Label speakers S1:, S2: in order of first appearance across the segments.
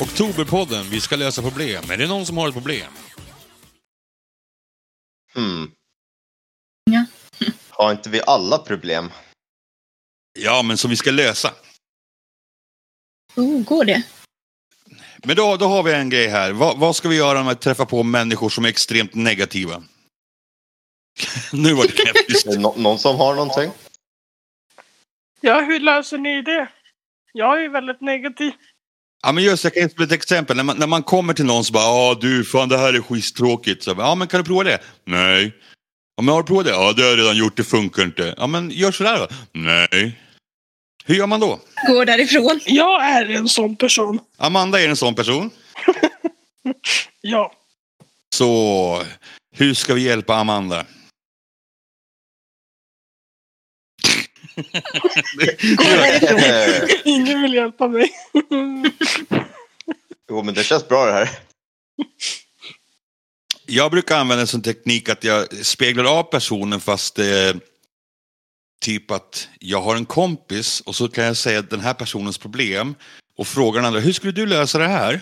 S1: Oktoberpodden, vi ska lösa problem. Är det någon som har ett problem?
S2: Hmm.
S3: Ja.
S2: Har inte vi alla problem?
S1: Ja, men som vi ska lösa.
S3: Oh, går det?
S1: Men då, då har vi en grej här. Vad- vad ska vi göra när vi träffar på människor som är extremt negativa? nu var det knäpptyst.
S2: Är det nå- någon som har någonting?
S4: Ja, hur löser ni det? Jag är väldigt negativ.
S1: Ja men just jag kan ge som ett exempel. När man, när man kommer till någon så bara ja du fan det här är skittråkigt. Så, jag bara, ja men kan du prova det? Nej. Ja men har du provat det? Ja det har jag redan gjort, det funkar inte. Ja men gör sådär då. Nej. Hur gör man då?
S3: Går därifrån.
S4: Jag är en sån person.
S1: Amanda är en sån person.
S4: Ja.
S1: Så hur ska vi hjälpa Amanda?
S4: Ingen vill hjälpa mig.
S2: jo, men det känns bra det här.
S1: Jag brukar använda en sån teknik att jag speglar av personen fast eh, typ att jag har en kompis och så kan jag säga den här personens problem och fråga den andra hur skulle du lösa det här?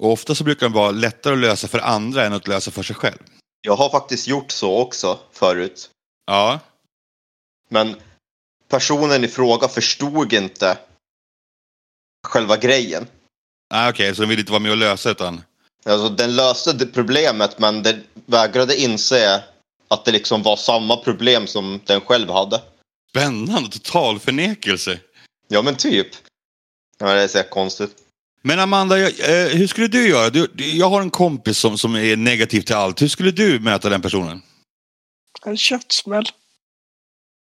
S1: Och ofta så brukar det vara lättare att lösa för andra än att lösa för sig själv.
S2: Jag har faktiskt gjort så också förut.
S1: Ja,
S2: Men personen i fråga förstod inte själva grejen.
S1: ah, okej, så den vill inte vara med och lösa utan
S2: Alltså, den löste det problemet men den vägrade inse att det liksom var samma problem som den själv hade.
S1: spännande, total förnekelse.
S2: Ja men typ. Ja, det är så här konstigt.
S1: Men Amanda, jag, eh, hur skulle du göra? Du, du- jag har en kompis som, som är negativ till allt. Hur skulle du möta den personen?
S4: En köttsmäll.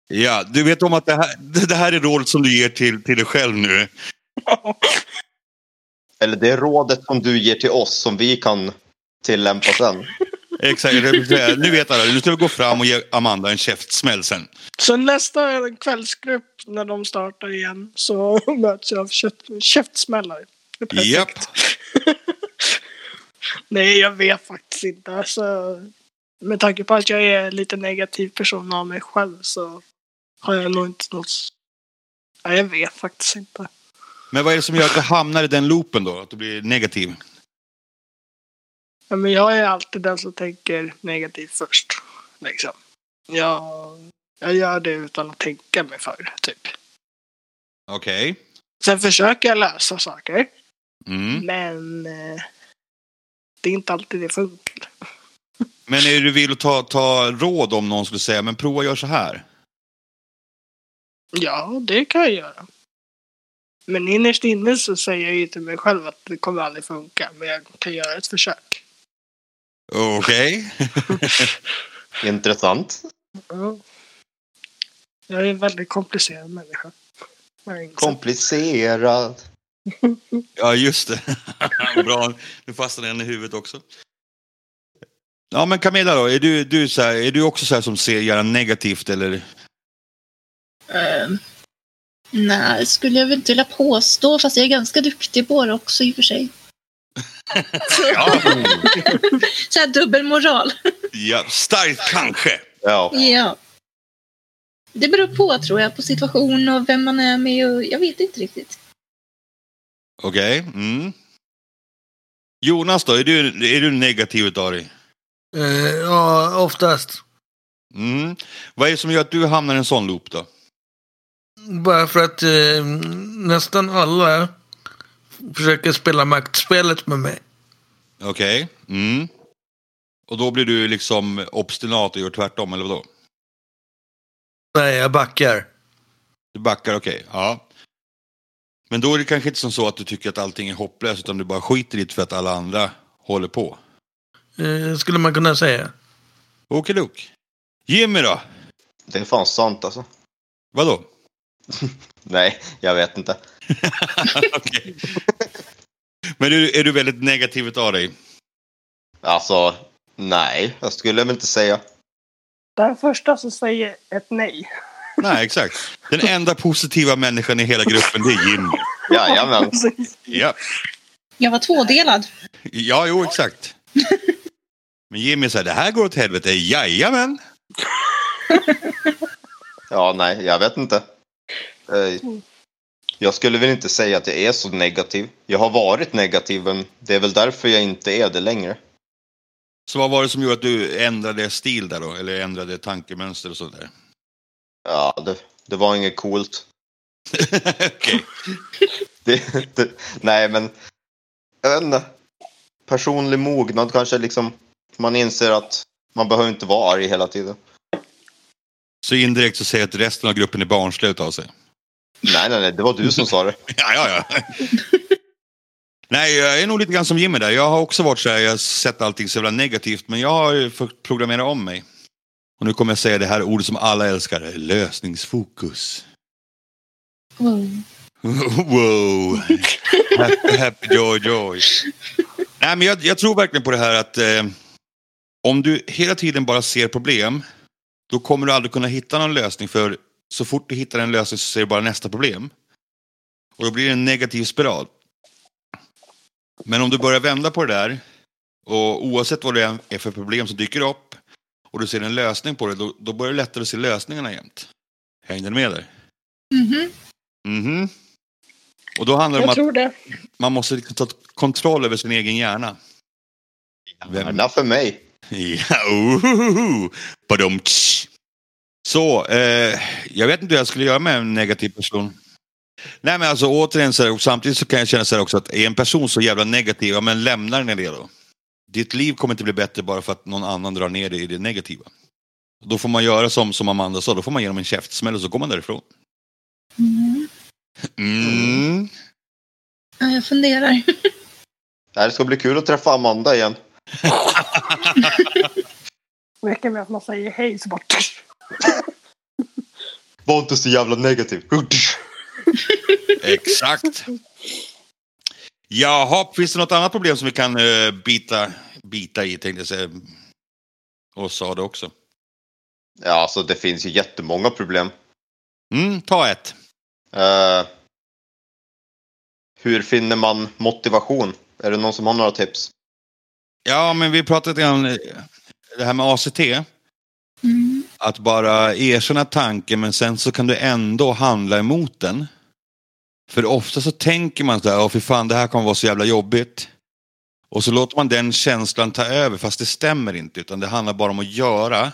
S1: Ja, du vet om att det här, det här är rådet som du ger till, till dig själv nu.
S2: Eller det är rådet som du ger till oss som vi kan tillämpa sen.
S1: Exakt, jag vill säga, nu vet alla. Nu ska vi gå fram och ge Amanda en käftsmäll sen.
S4: Så nästa kvällsgrupp när de startar igen så möts jag av kött, käftsmällar. Det är perfekt.
S1: Japp.
S4: Nej, jag vet faktiskt inte. Alltså, med tanke på att jag är lite negativ person av mig själv så har jag nog inte något... Ja, jag vet faktiskt inte.
S1: Men vad är det som gör att du hamnar i den loopen då? Att du blir negativ?
S4: Ja, men jag är alltid den som tänker negativt först. Liksom. Jag, jag gör det utan att tänka mig för, typ.
S1: Okej.
S4: Sen försöker jag lösa saker,
S1: Mm.
S4: men eh, det är inte alltid det funkar.
S1: Men är du vill att ta, ta råd om någon skulle säga, men prova gör så här.
S4: Ja, det kan jag göra. Men innerst inne så säger jag ju till mig själv att det kommer aldrig funka, men jag kan göra ett försök.
S1: Okej.
S2: Intressant.
S4: Ja. Jag är en väldigt komplicerad människa. Jag har insett.
S2: Komplicerad.
S1: Ja, just det. Bra. Nu fastnade den i huvudet också. Ja, men Camilla då? Är du, du, så här, är du också så här som ser gärna negativt eller?
S3: Ehm, nej, skulle jag väl inte vilja påstå. Fast jag är ganska duktig på det också i och för sig.
S1: Ja,
S3: Så här dubbelmoral.
S1: ja starkt kanske.
S2: Ja.
S3: Ja. Det beror på tror jag, på situation och vem man är med och jag vet inte riktigt.
S1: Okej. Mm. Jonas då, är du, är du negativ utav dig?
S5: Eh, ja, oftast.
S1: Mm. Vad är det som gör att du hamnar i en sån loop då?
S5: Bara för att eh, nästan alla försöker spela maktspelet med mig.
S1: Okej. Mm. Och då blir du liksom obstinat och gör tvärtom eller vadå?
S5: Nej, jag backar.
S1: Du backar, okej. Ja. Men då är det kanske inte som så att du tycker att allting är hopplöst utan du bara skiter i det för att alla andra håller på.
S5: Eh, skulle man kunna säga.
S1: Okidok. Jimmy då?
S2: Det är fan sant alltså.
S1: Vadå?
S2: Nej, jag vet inte.
S1: Okej. Men är du, är du väldigt negativ utav dig?
S2: Alltså, nej. Jag skulle väl inte säga.
S4: Den första som säger ett nej.
S1: Nej, exakt. Den enda positiva människan i hela gruppen, det är Jimmy.
S2: Jajamän.
S1: Ja,
S3: Jag var tvådelad.
S1: ja jo, exakt. Men Jimmy säger, det här går åt helvete. Jajamän!
S2: Ja, nej, jag vet inte. Eh, Jag skulle väl inte säga att jag är så negativ. Jag har varit negativ, men det är väl därför jag inte är det längre.
S1: Så vad var det som gjorde att du ändrade stil där då? Eller ändrade tankemönster och sådär?
S2: Ja, det, det var inget coolt.
S1: Okej.
S2: Det, det, nej, men jag vet inte. Personlig mognad kanske liksom. Man inser att man behöver inte vara arg hela tiden.
S1: Så indirekt så säger jag att resten av gruppen är barnslig utav sig.
S2: Nej, nej, nej, det var du som sa det.
S1: Ja, ja, ja. Nej, jag är nog lite grann som Jimmy där. Jag har också varit så här, jag har sett allting så jävla negativt, men jag har ju fått programmera om mig. Och nu kommer jag säga det här ordet som alla älskar, lösningsfokus.
S3: Wow.
S1: wow! happy, happy joy joy. Nej, men jag, jag tror verkligen på det här att eh, om du hela tiden bara ser problem, då kommer du aldrig kunna hitta någon lösning för så fort du hittar en lösning så ser du bara nästa problem. Och då blir det en negativ spiral. Men om du börjar vända på det där, och oavsett vad det är för problem som dyker upp, och du ser en lösning på det, då, då börjar det lättare att se lösningarna jämt. Hänger ni med där?
S3: Mhm.
S1: Mhm. Och då handlar det om
S4: Jag
S1: att
S4: tror det.
S1: man måste liksom ta kontroll över sin egen hjärna. Vem-
S2: Gärna för mig.
S1: Ja, ohohoho. Badumtsch. Så, eh, jag vet inte hur jag skulle göra med en negativ person. Nej men alltså återigen så här, och samtidigt så kan jag känna så här också att är en person så jävla negativ, ja men lämna den i det då. Ditt liv kommer inte bli bättre bara för att någon annan drar ner dig i det negativa. Då får man göra som, som Amanda sa, då får man ge dem en käftsmäll och så går man därifrån.
S3: Mm.
S1: Mm.
S3: Ja, jag funderar.
S2: Det här ska bli kul att träffa Amanda igen.
S4: Det räcker med att man säger hej så bara...
S2: Var inte så jävla negativ.
S1: Exakt. Jaha, finns det något annat problem som vi kan eh, bita, bita i tänkte jag säga. Och sa det också.
S2: Ja, alltså det finns ju jättemånga problem.
S1: Mm, ta ett.
S2: Eh, hur finner man motivation? Är det någon som har några tips?
S1: Ja, men vi pratade lite grann eh, det här med ACT.
S3: Mm.
S1: Att bara erkänna tanken men sen så kan du ändå handla emot den. För ofta så tänker man så här, åh fy fan det här kommer vara så jävla jobbigt. Och så låter man den känslan ta över fast det stämmer inte utan det handlar bara om att göra.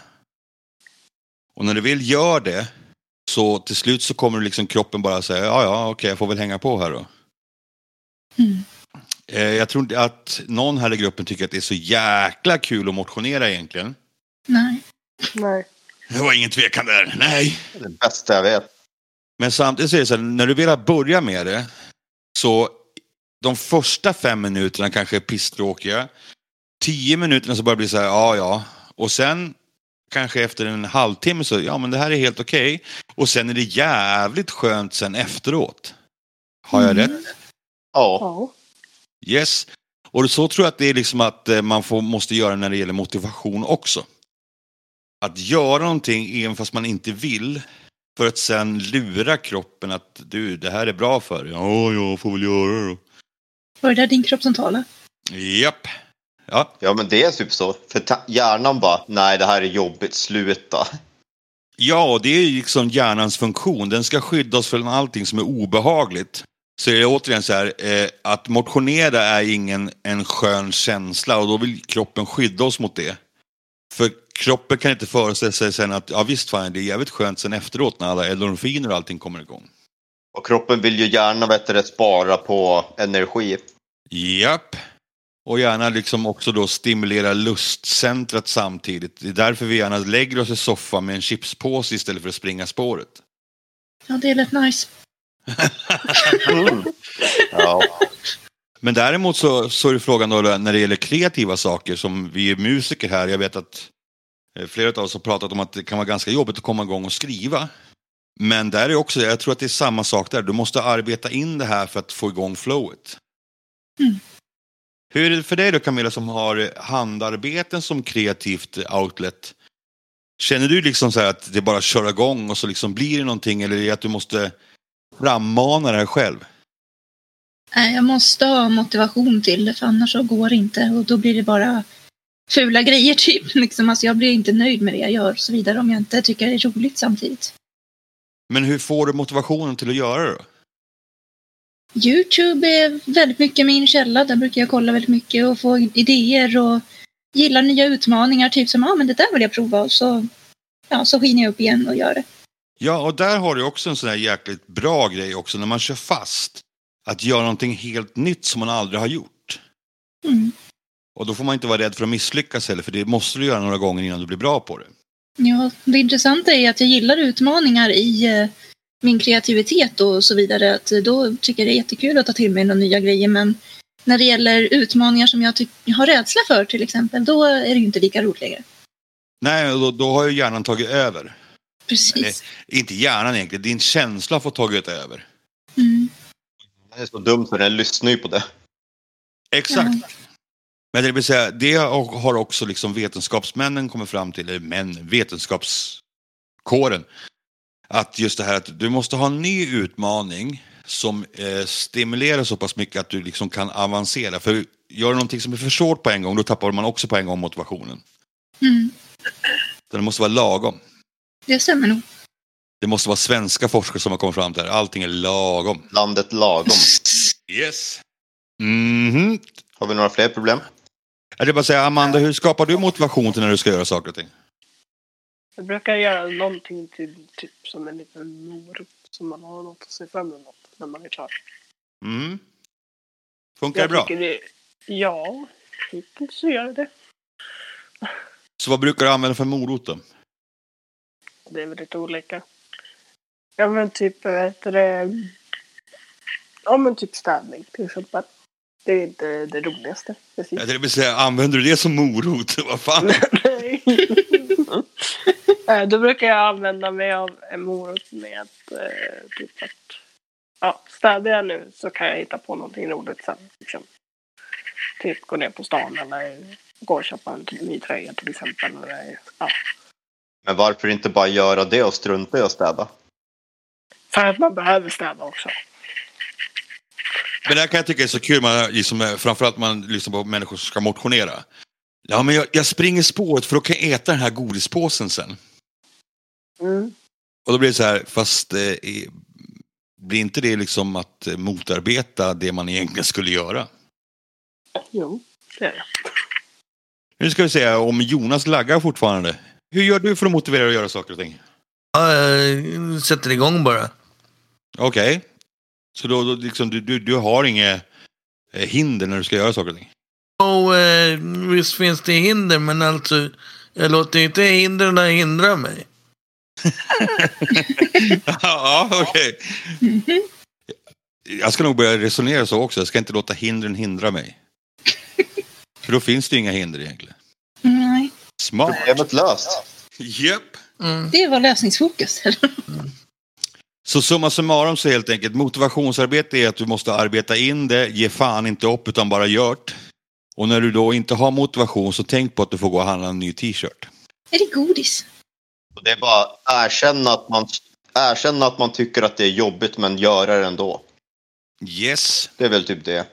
S1: Och när du väl gör det så till slut så kommer liksom kroppen bara säga, ja ja okej jag får väl hänga på här då.
S3: Mm.
S1: Eh, Jag tror inte att någon här i gruppen tycker att det är så jäkla kul att motionera egentligen.
S3: Nej.
S4: Nej.
S1: Det var ingen tvekan där, nej.
S2: Det är det bästa jag vet.
S1: Men samtidigt så är det så här, när du väl har börjat med det så de första fem minuterna kanske är pisstråkiga. Tio minuterna så börjar det bli så här, ja ja. Och sen kanske efter en halvtimme så, ja men det här är helt okej. Och sen är det jävligt skönt sen efteråt. Har jag
S3: Mm.
S1: rätt?
S2: Ja,
S4: Ja.
S1: Yes. Och så tror jag att det är liksom att eh, man får, måste göra när det gäller motivation också. Att göra någonting även fast man inte vill. För att sen lura kroppen att du, det här är bra för dig. Ja, jag får väl göra det då.
S3: Var det där din kropp som talade?
S1: Japp. Ja,
S2: ja men det är typ så. För ta- hjärnan bara, nej det här är jobbigt, sluta.
S1: ja och det är ju liksom hjärnans funktion. Den ska skydda oss från allting som är obehagligt. Så det är återigen så här, eh, att motionera är ingen en skön känsla och då vill kroppen skydda oss mot det. För kroppen kan inte föreställa sig sen att, ja visst fan, det är jävligt skönt sen efteråt när alla endorfiner och allting kommer igång.
S2: Och kroppen vill ju gärna vet du, spara på energi.
S1: Japp. Och gärna liksom också då stimulera lustcentrat samtidigt. Det är därför vi gärna lägger oss i soffan med en chipspåse istället för att springa spåret.
S3: Ja, det lät nice.
S2: Mm. Ja.
S1: Men däremot så, så är det frågan då när det gäller kreativa saker som vi är musiker här. Jag vet att eh, flera av oss har pratat om att det kan vara ganska jobbigt att komma igång och skriva. Men där är också, det, jag tror att det är samma sak där. Du måste arbeta in det här för att få igång flowet.
S3: Mm.
S1: Hur är det för dig då Camilla som har eh, handarbeten som kreativt outlet? Känner du liksom så här att det är bara att köra igång och så liksom blir det någonting eller är det att du måste frammana det här själv?
S3: Nej, jag måste ha motivation till det, för annars så går det inte. Och då blir det bara fula grejer, typ. Liksom. Alltså, jag blir inte nöjd med det jag gör och så vidare om jag inte tycker det är roligt samtidigt.
S1: Men hur får du motivationen till att göra det då?
S3: Youtube är väldigt mycket min källa. Där brukar jag kolla väldigt mycket och få idéer och gillar nya utmaningar. Typ som, ja ah, men det där vill jag prova och så, ja, så skiner jag upp igen och gör det.
S1: Ja, och där har du också en sån här jäkligt bra grej också när man kör fast. Att göra någonting helt nytt som man aldrig har gjort.
S3: Mm.
S1: Och då får man inte vara rädd för att misslyckas heller, för det måste du göra några gånger innan du blir bra på det.
S3: Ja, det intressanta är att jag gillar utmaningar i eh, min kreativitet och så vidare. Att eh, då tycker jag det är jättekul att ta till mig några nya grejer. Men när det gäller utmaningar som jag ty- har rädsla för till exempel, då är det ju inte lika roligt längre.
S1: Nej, och då, då har ju hjärnan tagit över.
S3: Precis.
S1: Inte hjärnan egentligen, din känsla har fått tagit över.
S3: Mm.
S2: Det är så dumt för den lyssnar ju på det.
S1: Exakt. Men det vill säga, det har också liksom vetenskapsmännen kommit fram till, eller män, vetenskapskåren. Att just det här att du måste ha en ny utmaning som eh, stimulerar så pass mycket att du liksom kan avancera. För gör du någonting som är för svårt på en gång, då tappar man också på en gång motivationen.
S3: Mm.
S1: Så det måste vara lagom.
S3: Det stämmer nog.
S1: Det måste vara svenska forskare som har kommit fram till det här. Allting är lagom.
S2: Landet lagom.
S1: Yes. Mhm.
S2: Har vi några fler problem?
S1: Jag vill bara säga, Amanda, hur skapar du motivation till när du ska göra saker och ting?
S4: Jag brukar göra någonting till typ som en liten morot som man har något att se fram emot när man är klar.
S1: Mm. Funkar det
S4: Jag
S1: bra?
S4: tycker Det, ja, hittills så gör det
S1: Så vad brukar du använda för morot då?
S4: det. är väl lite olika. Ja men typ, vad heter det? Ja men typ städning till exempel. Det är inte det roligaste precis.
S1: Ja, Det vill säga, använder du det som morot? Vad fan?
S4: Nej. Eh, Då brukar jag använda mig av en morot med att, eh, typ att ja, städar jag nu så kan jag hitta på någonting roligt sen. Liksom. Typ gå ner på stan eller gå och köpa en ny tröja till exempel. Eller, ja.
S2: Men varför inte bara göra det och strunta i att städa?
S4: För att man behöver städa också.
S1: Men det här kan jag tycka är så kul, man, liksom, eh, framförallt när man lyssnar på människor som ska motionera. Ja, men jag, jag springer spåret för då kan jag äta den här godispåsen sen.
S4: Mm.
S1: Och då blir det så här, fast eh, i- blir inte det liksom att eh, motarbeta det man egentligen skulle göra?
S4: Jo, det är det.
S1: Nu ska vi se om Jonas laggar fortfarande. Hur gör du för att motivera dig att göra saker och ting?
S5: Ja, jag sätter igång bara.
S1: Okej. Så då, då liksom, du, du, du har inget eh, hinder när du ska göra saker och ting?
S5: Och eh, visst finns det hinder, men alltså jag låter ju inte hindren hindra mig.
S1: ja, okej.
S3: Mm-hmm.
S1: Jag ska nog börja resonera så också. Jag ska inte låta hindren hindra mig. För då finns det ju inga hinder egentligen.
S3: Nej,
S1: Smart.
S2: Problemet löst.
S1: Japp.
S5: Mm.
S3: det var lösningsfokus.
S1: Så summa summarum så helt enkelt, motivationsarbete är att du måste arbeta in det, ge fan inte upp utan bara gjort. Och när du då inte har motivation så tänk på att du får gå och handla en ny t-shirt.
S3: är det godis?
S2: Och det är bara att erkänna att man, erkänna att man tycker att det är jobbigt men göra det ändå.
S1: Yes.
S2: Det är väl typ det.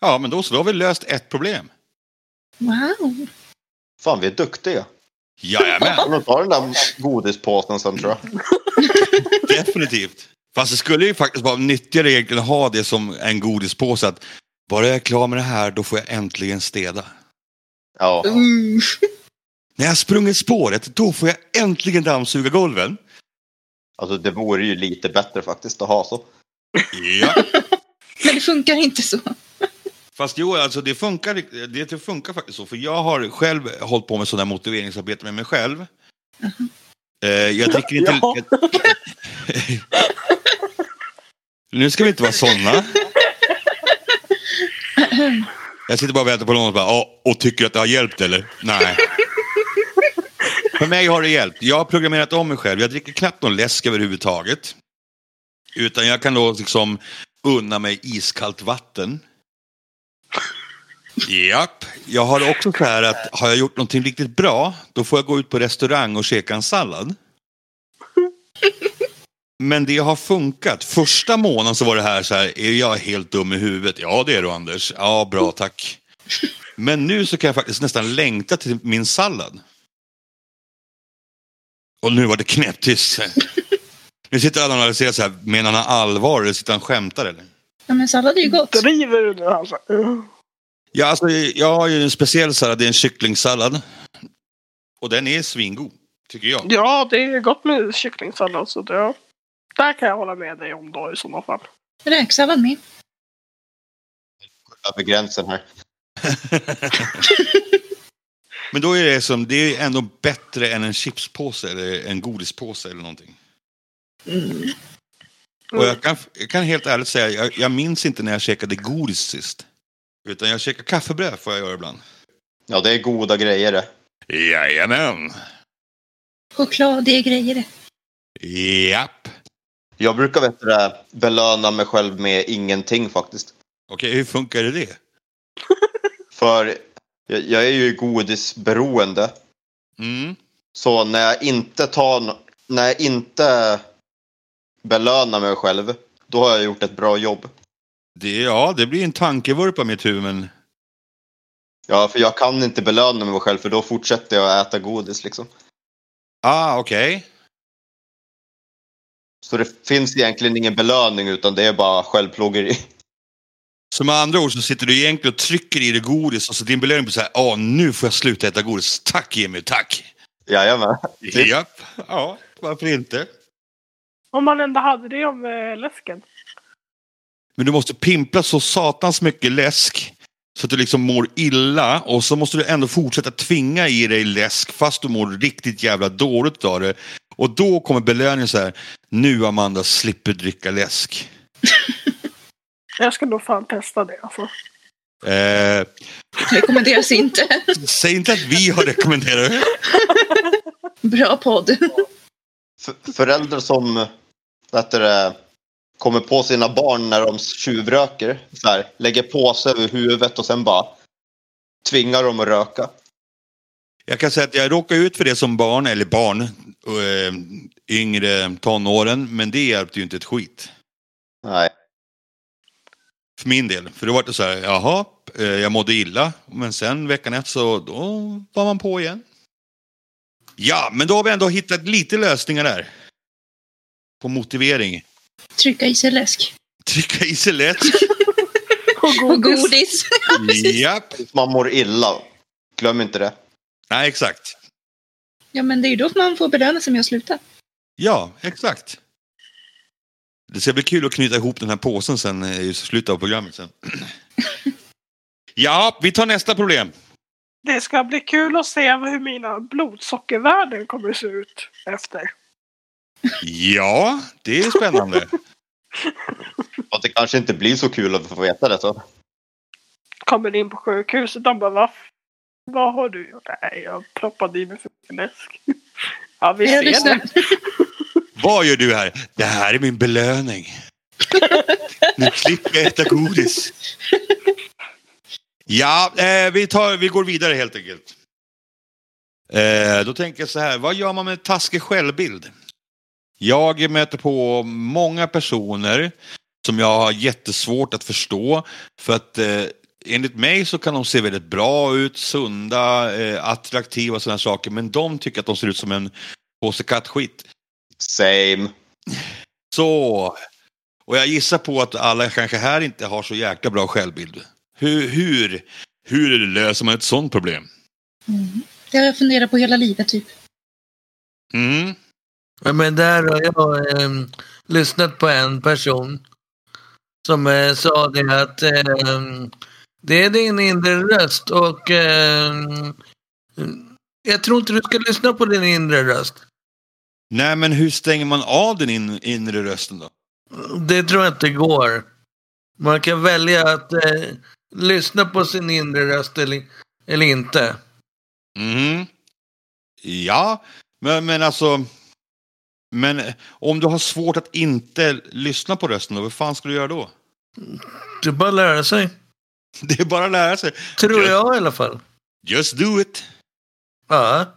S1: Ja, men då så, då har vi löst ett problem.
S3: Wow!
S2: Fan, vi är duktiga.
S1: Jajamän,
S2: Kan de ta den där godispåsen sen tror jag?
S1: definitivt. Fast det skulle ju faktiskt vara nyttigare egentligen att ha det som en godispåse att bara jag är klar med det här då får jag äntligen städa.
S2: Ja.
S3: Mm.
S1: När jag har sprungit spåret då får jag äntligen dammsuga golven.
S2: Alltså det vore ju lite bättre faktiskt att ha så.
S1: Ja.
S3: Men det funkar inte så.
S1: Fast jo, alltså det funkar, rikt- det det funkar faktiskt så. För jag har själv hållit på med sådana här motiveringsarbete med mig själv. Eh, jag dricker inte...
S4: Ja.
S1: jag- nu ska vi inte vara sådana. Jag sitter bara och väntar på någon och bara, "Ja, och tycker att det har hjälpt eller? Nej. För mig har det hjälpt. Jag har programmerat om mig själv. Jag dricker knappt någon läsk överhuvudtaget. Utan jag kan då liksom unna mig iskallt vatten. Japp. Jag har också så här att har jag gjort någonting riktigt bra, då får jag gå ut på restaurang och käka en sallad. Men det har funkat. Första månaden så var det här så här, är jag helt dum i huvudet? Ja, det är du Anders. Ja, bra, tack. Men nu så kan jag faktiskt nästan längta till min sallad. Och nu var det knäpptyst. Nu sitter alla och analyserar så här, menar han allvar eller sitter han och skämtar eller?
S3: Ja, men sallad är ju gott.
S4: Driver du nu alltså? Uh.
S1: Ja, alltså, jag har ju en speciell sallad, det är en kycklingsallad. Och den är svingod, tycker jag.
S4: Ja, det är gott med kycklingsallad så det, ja. Där kan jag hålla med dig om då i sådana fall.
S3: Räksallad med.
S2: över gränsen här.
S1: Men då är det som, det är ändå bättre än en chipspåse eller en godispåse eller någonting.
S3: Mm.
S1: Och jag kan, jag kan helt ärligt säga, jag, jag minns inte när jag käkade godis sist. Utan jag käkar kaffebröd får jag göra ibland.
S2: Ja, det är goda grejer det.
S1: Jajamän!
S3: Choklad, det är grejer det.
S1: Japp!
S2: Jag brukar vet du, det, belöna mig själv med ingenting faktiskt.
S1: Okej, hur funkar det?
S2: För jag, jag är ju godisberoende.
S1: Mm.
S2: Så när jag inte tar, nå- när jag inte belönar mig själv, då har jag gjort ett bra jobb.
S1: Det, ja, det blir en tankevurpa mitt huvud, men
S2: Ja, för jag kan inte belöna mig själv för då fortsätter jag äta godis liksom.
S1: Ah, okej.
S2: Så det finns egentligen ingen belöning utan det är bara självplågeri.
S1: Så med andra ord så sitter du egentligen och trycker i dig godis och så din belöning blir så här, ja ah, nu får jag sluta äta godis. Tack Jimmy, tack!
S2: Jajamän. Typ.
S1: Japp, ja, varför inte?
S4: Om man ändå hade det om eh, läsken.
S1: Men du måste pimpla så satans mycket läsk så att du liksom mår illa och så måste du ändå fortsätta tvinga i dig läsk fast du mår riktigt jävla dåligt av det. Och då kommer belöningen så här, nu Amanda slipper dricka läsk.
S4: Jag ska nog fan testa det alltså.
S1: Eh,
S3: Rekommenderas inte.
S1: säg inte att vi har rekommenderat det.
S3: Bra podd.
S2: F- föräldrar som vet du, det, kommer på sina barn när de tjuvröker, så här, lägger på sig över huvudet och sen bara tvingar dem att röka.
S1: Jag kan säga att jag råkade ut för det som barn, eller barn, eh, yngre tonåren, men det hjälpte ju inte ett skit.
S2: Nej.
S1: För min del. För då var det så här, jaha, eh, jag mådde illa. Men sen veckan efter så då var man på igen. Ja, men då har vi ändå hittat lite lösningar där. På motivering.
S3: Trycka i sig läsk.
S1: Trycka i sig lätt.
S4: Och
S3: Och godis.
S1: Japp.
S2: Man mår illa. Glöm inte det.
S1: Nej, exakt.
S3: Ja, men det är ju då man får belöna sig med att sluta.
S1: Ja, exakt. Det ska bli kul att knyta ihop den här påsen sen eh, i slutet av programmet. Sen. Ja, vi tar nästa problem.
S4: Det ska bli kul att se hur mina blodsockervärden kommer se ut efter.
S1: Ja, det är spännande.
S2: Och det kanske inte blir så kul att få veta det. Så.
S4: Kommer in på sjukhuset de bara vad, f- vad har du gjort? Nej, jag proppade i mig för mycket läsk. Ja, vi
S3: Jag
S4: ser det.
S3: lyssnar.
S1: Vad gör du här? Det här är min belöning. Nu slipper jag äta godis. Ja, eh, vi, tar, vi går vidare helt enkelt. Eh, då tänker jag så här, vad gör man med taskig självbild? Jag möter på många personer som jag har jättesvårt att förstå. För att eh, enligt mig så kan de se väldigt bra ut, sunda, eh, attraktiva och sådana saker. Men de tycker att de ser ut som en påse kattskit.
S2: Same.
S1: Så. Och jag gissar på att alla kanske här inte har så jäkla bra självbild. Hur, hur, hur löser man ett sånt problem?
S3: Mm. Det har jag funderat på hela livet, typ.
S1: Mm.
S5: Ja, men där har jag ehm, lyssnat på en person som eh, sa det att ehm, det är din inre röst och ehm, jag tror inte du ska lyssna på din inre röst.
S1: Nej, men hur stänger man av den in, inre rösten då?
S5: Det tror jag inte går. Man kan välja att eh, lyssna på sin inre röst eller, eller inte.
S1: Mm. Ja, men, men alltså... Men om du har svårt att inte lyssna på rösten, då, vad fan ska du göra då?
S5: Det är bara att lära sig.
S1: Det är bara att lära sig.
S5: Tror
S1: Ja.
S5: jag i alla fall.
S1: Just do it!
S5: Ja.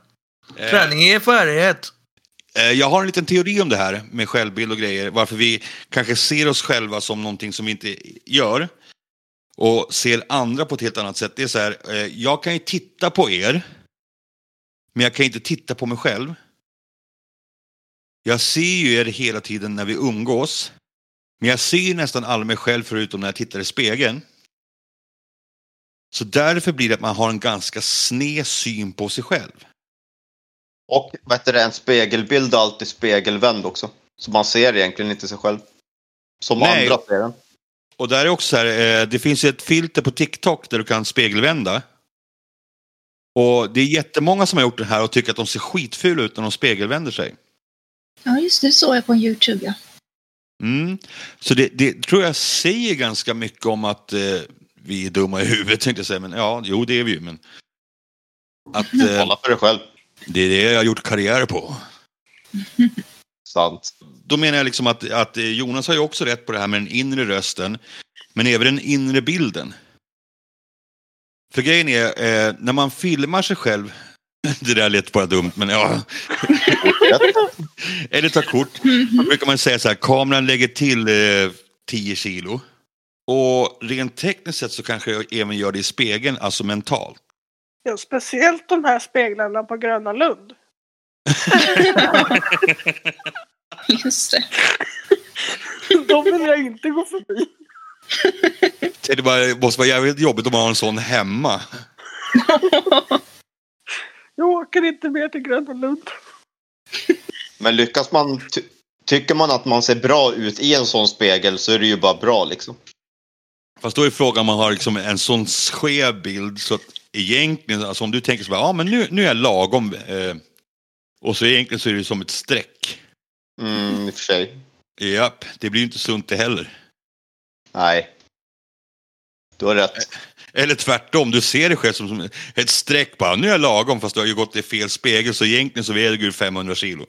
S1: Eh,
S5: Träning är färdighet.
S1: Eh, Jag har en liten teori om det här med självbild och grejer. Varför vi kanske ser oss själva som någonting som vi inte gör. Och ser andra på ett helt annat sätt. Det är så här, eh, jag kan ju titta på er. Men jag kan inte titta på mig själv. Jag ser ju er hela tiden när vi umgås. Men jag ser nästan aldrig mig själv förutom när jag tittar i spegeln. Så därför blir det att man har en ganska sned syn på sig själv.
S2: Och vet du, det, en spegelbild är alltid spegelvänd också. Så man ser egentligen inte sig själv. Som
S1: Nej.
S2: andra ser den.
S1: Och där är också så här, eh, det finns ju ett filter på TikTok där du kan spegelvända. Och det är jättemånga som har gjort det här och tycker att de ser skitfula ut när de spegelvänder sig.
S3: Ja, just det. Det såg jag på en YouTube, ja.
S1: Mm. Så det, det tror jag säger ganska mycket om att eh, vi är dumma i huvudet tänkte jag säga, men ja, jo det är vi ju. Men att eh,
S2: Kolla för dig själv.
S1: det är det jag har gjort karriär på.
S2: Sant.
S1: Då menar jag liksom att, att eh, Jonas har ju också rätt på det här med den inre rösten, men även den inre bilden. För grejen är, eh, när man filmar sig själv, det där lät bara dumt, men ja. Eller tar kort. Då brukar man säga så här, kameran lägger till eh, 10 kilo. Och rent tekniskt sett så kanske jag även gör det i spegeln, alltså mentalt.
S4: Ja, speciellt de här speglarna på Gröna Lund.
S3: Just det.
S4: De vill jag inte gå förbi.
S1: Det är bara, måste vara jävligt jobbigt om man har en sån hemma.
S4: Jag åker inte mer till Gröna Lund.
S2: Men lyckas man... Ty- tycker man att man ser bra ut i en sån spegel så är det ju bara bra liksom.
S1: Fast då är frågan om man har liksom en sån skev bild så att egentligen, alltså om du tänker så här, ja men nu, nu är jag lagom. Eh, och så egentligen så är det som ett streck.
S2: Mm, i och för sig.
S1: Japp, det blir ju inte sunt det heller.
S2: Nej. Du har rätt.
S1: Eller tvärtom, du ser dig själv som, som ett streck bara, nu är jag lagom fast du har ju gått i fel spegel så egentligen så väger du 500 kilo.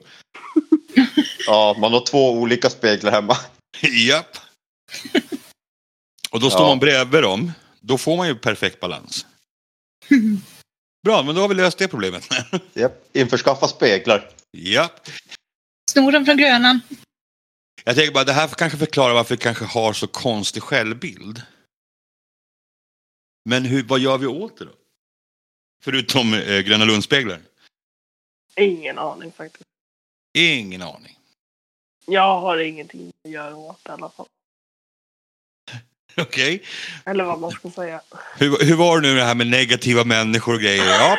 S2: Ja, man har två olika speglar hemma.
S1: Japp. Och då står
S2: Ja.
S1: man bredvid dem, då får man ju perfekt balans. Bra, men då har vi löst det problemet.
S2: Japp. Införskaffa speglar.
S1: Japp.
S3: Snor den från Grönan.
S1: Jag tänker bara, det här kanske förklarar varför vi kanske har så konstig självbild. Men hur, vad gör vi åt det då? Förutom eh, Gröna Lundsspeglar?
S4: Ingen aning faktiskt.
S1: Ingen aning.
S4: Jag har ingenting att göra åt i alla fall.
S1: Okej.
S4: Eller vad man ska säga.
S1: Hur, hur var det nu det här med negativa människor och grejer? Ja.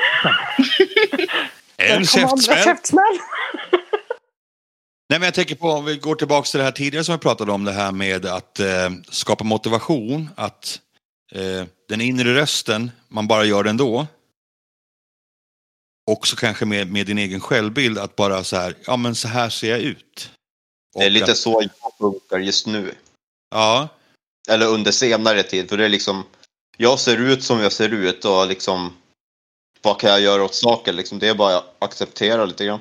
S1: En
S4: Där kom andra
S1: käftsmäll.
S4: käftsmäll.
S1: Nej, men jag tänker på om vi går tillbaka till det här tidigare som vi pratade om, det här med att eh, skapa motivation, att eh, den inre rösten, man bara gör den då. Också kanske med, med din egen självbild, att bara så här, ja men så här ser jag ut.
S2: Det är
S1: Och
S2: lite
S1: att-
S2: så jag funkar just nu.
S1: Ja,
S2: Eller under senare tid. För det är liksom, jag ser ut som jag ser ut och liksom, vad kan jag göra åt saker? Liksom, det är bara att acceptera lite grann.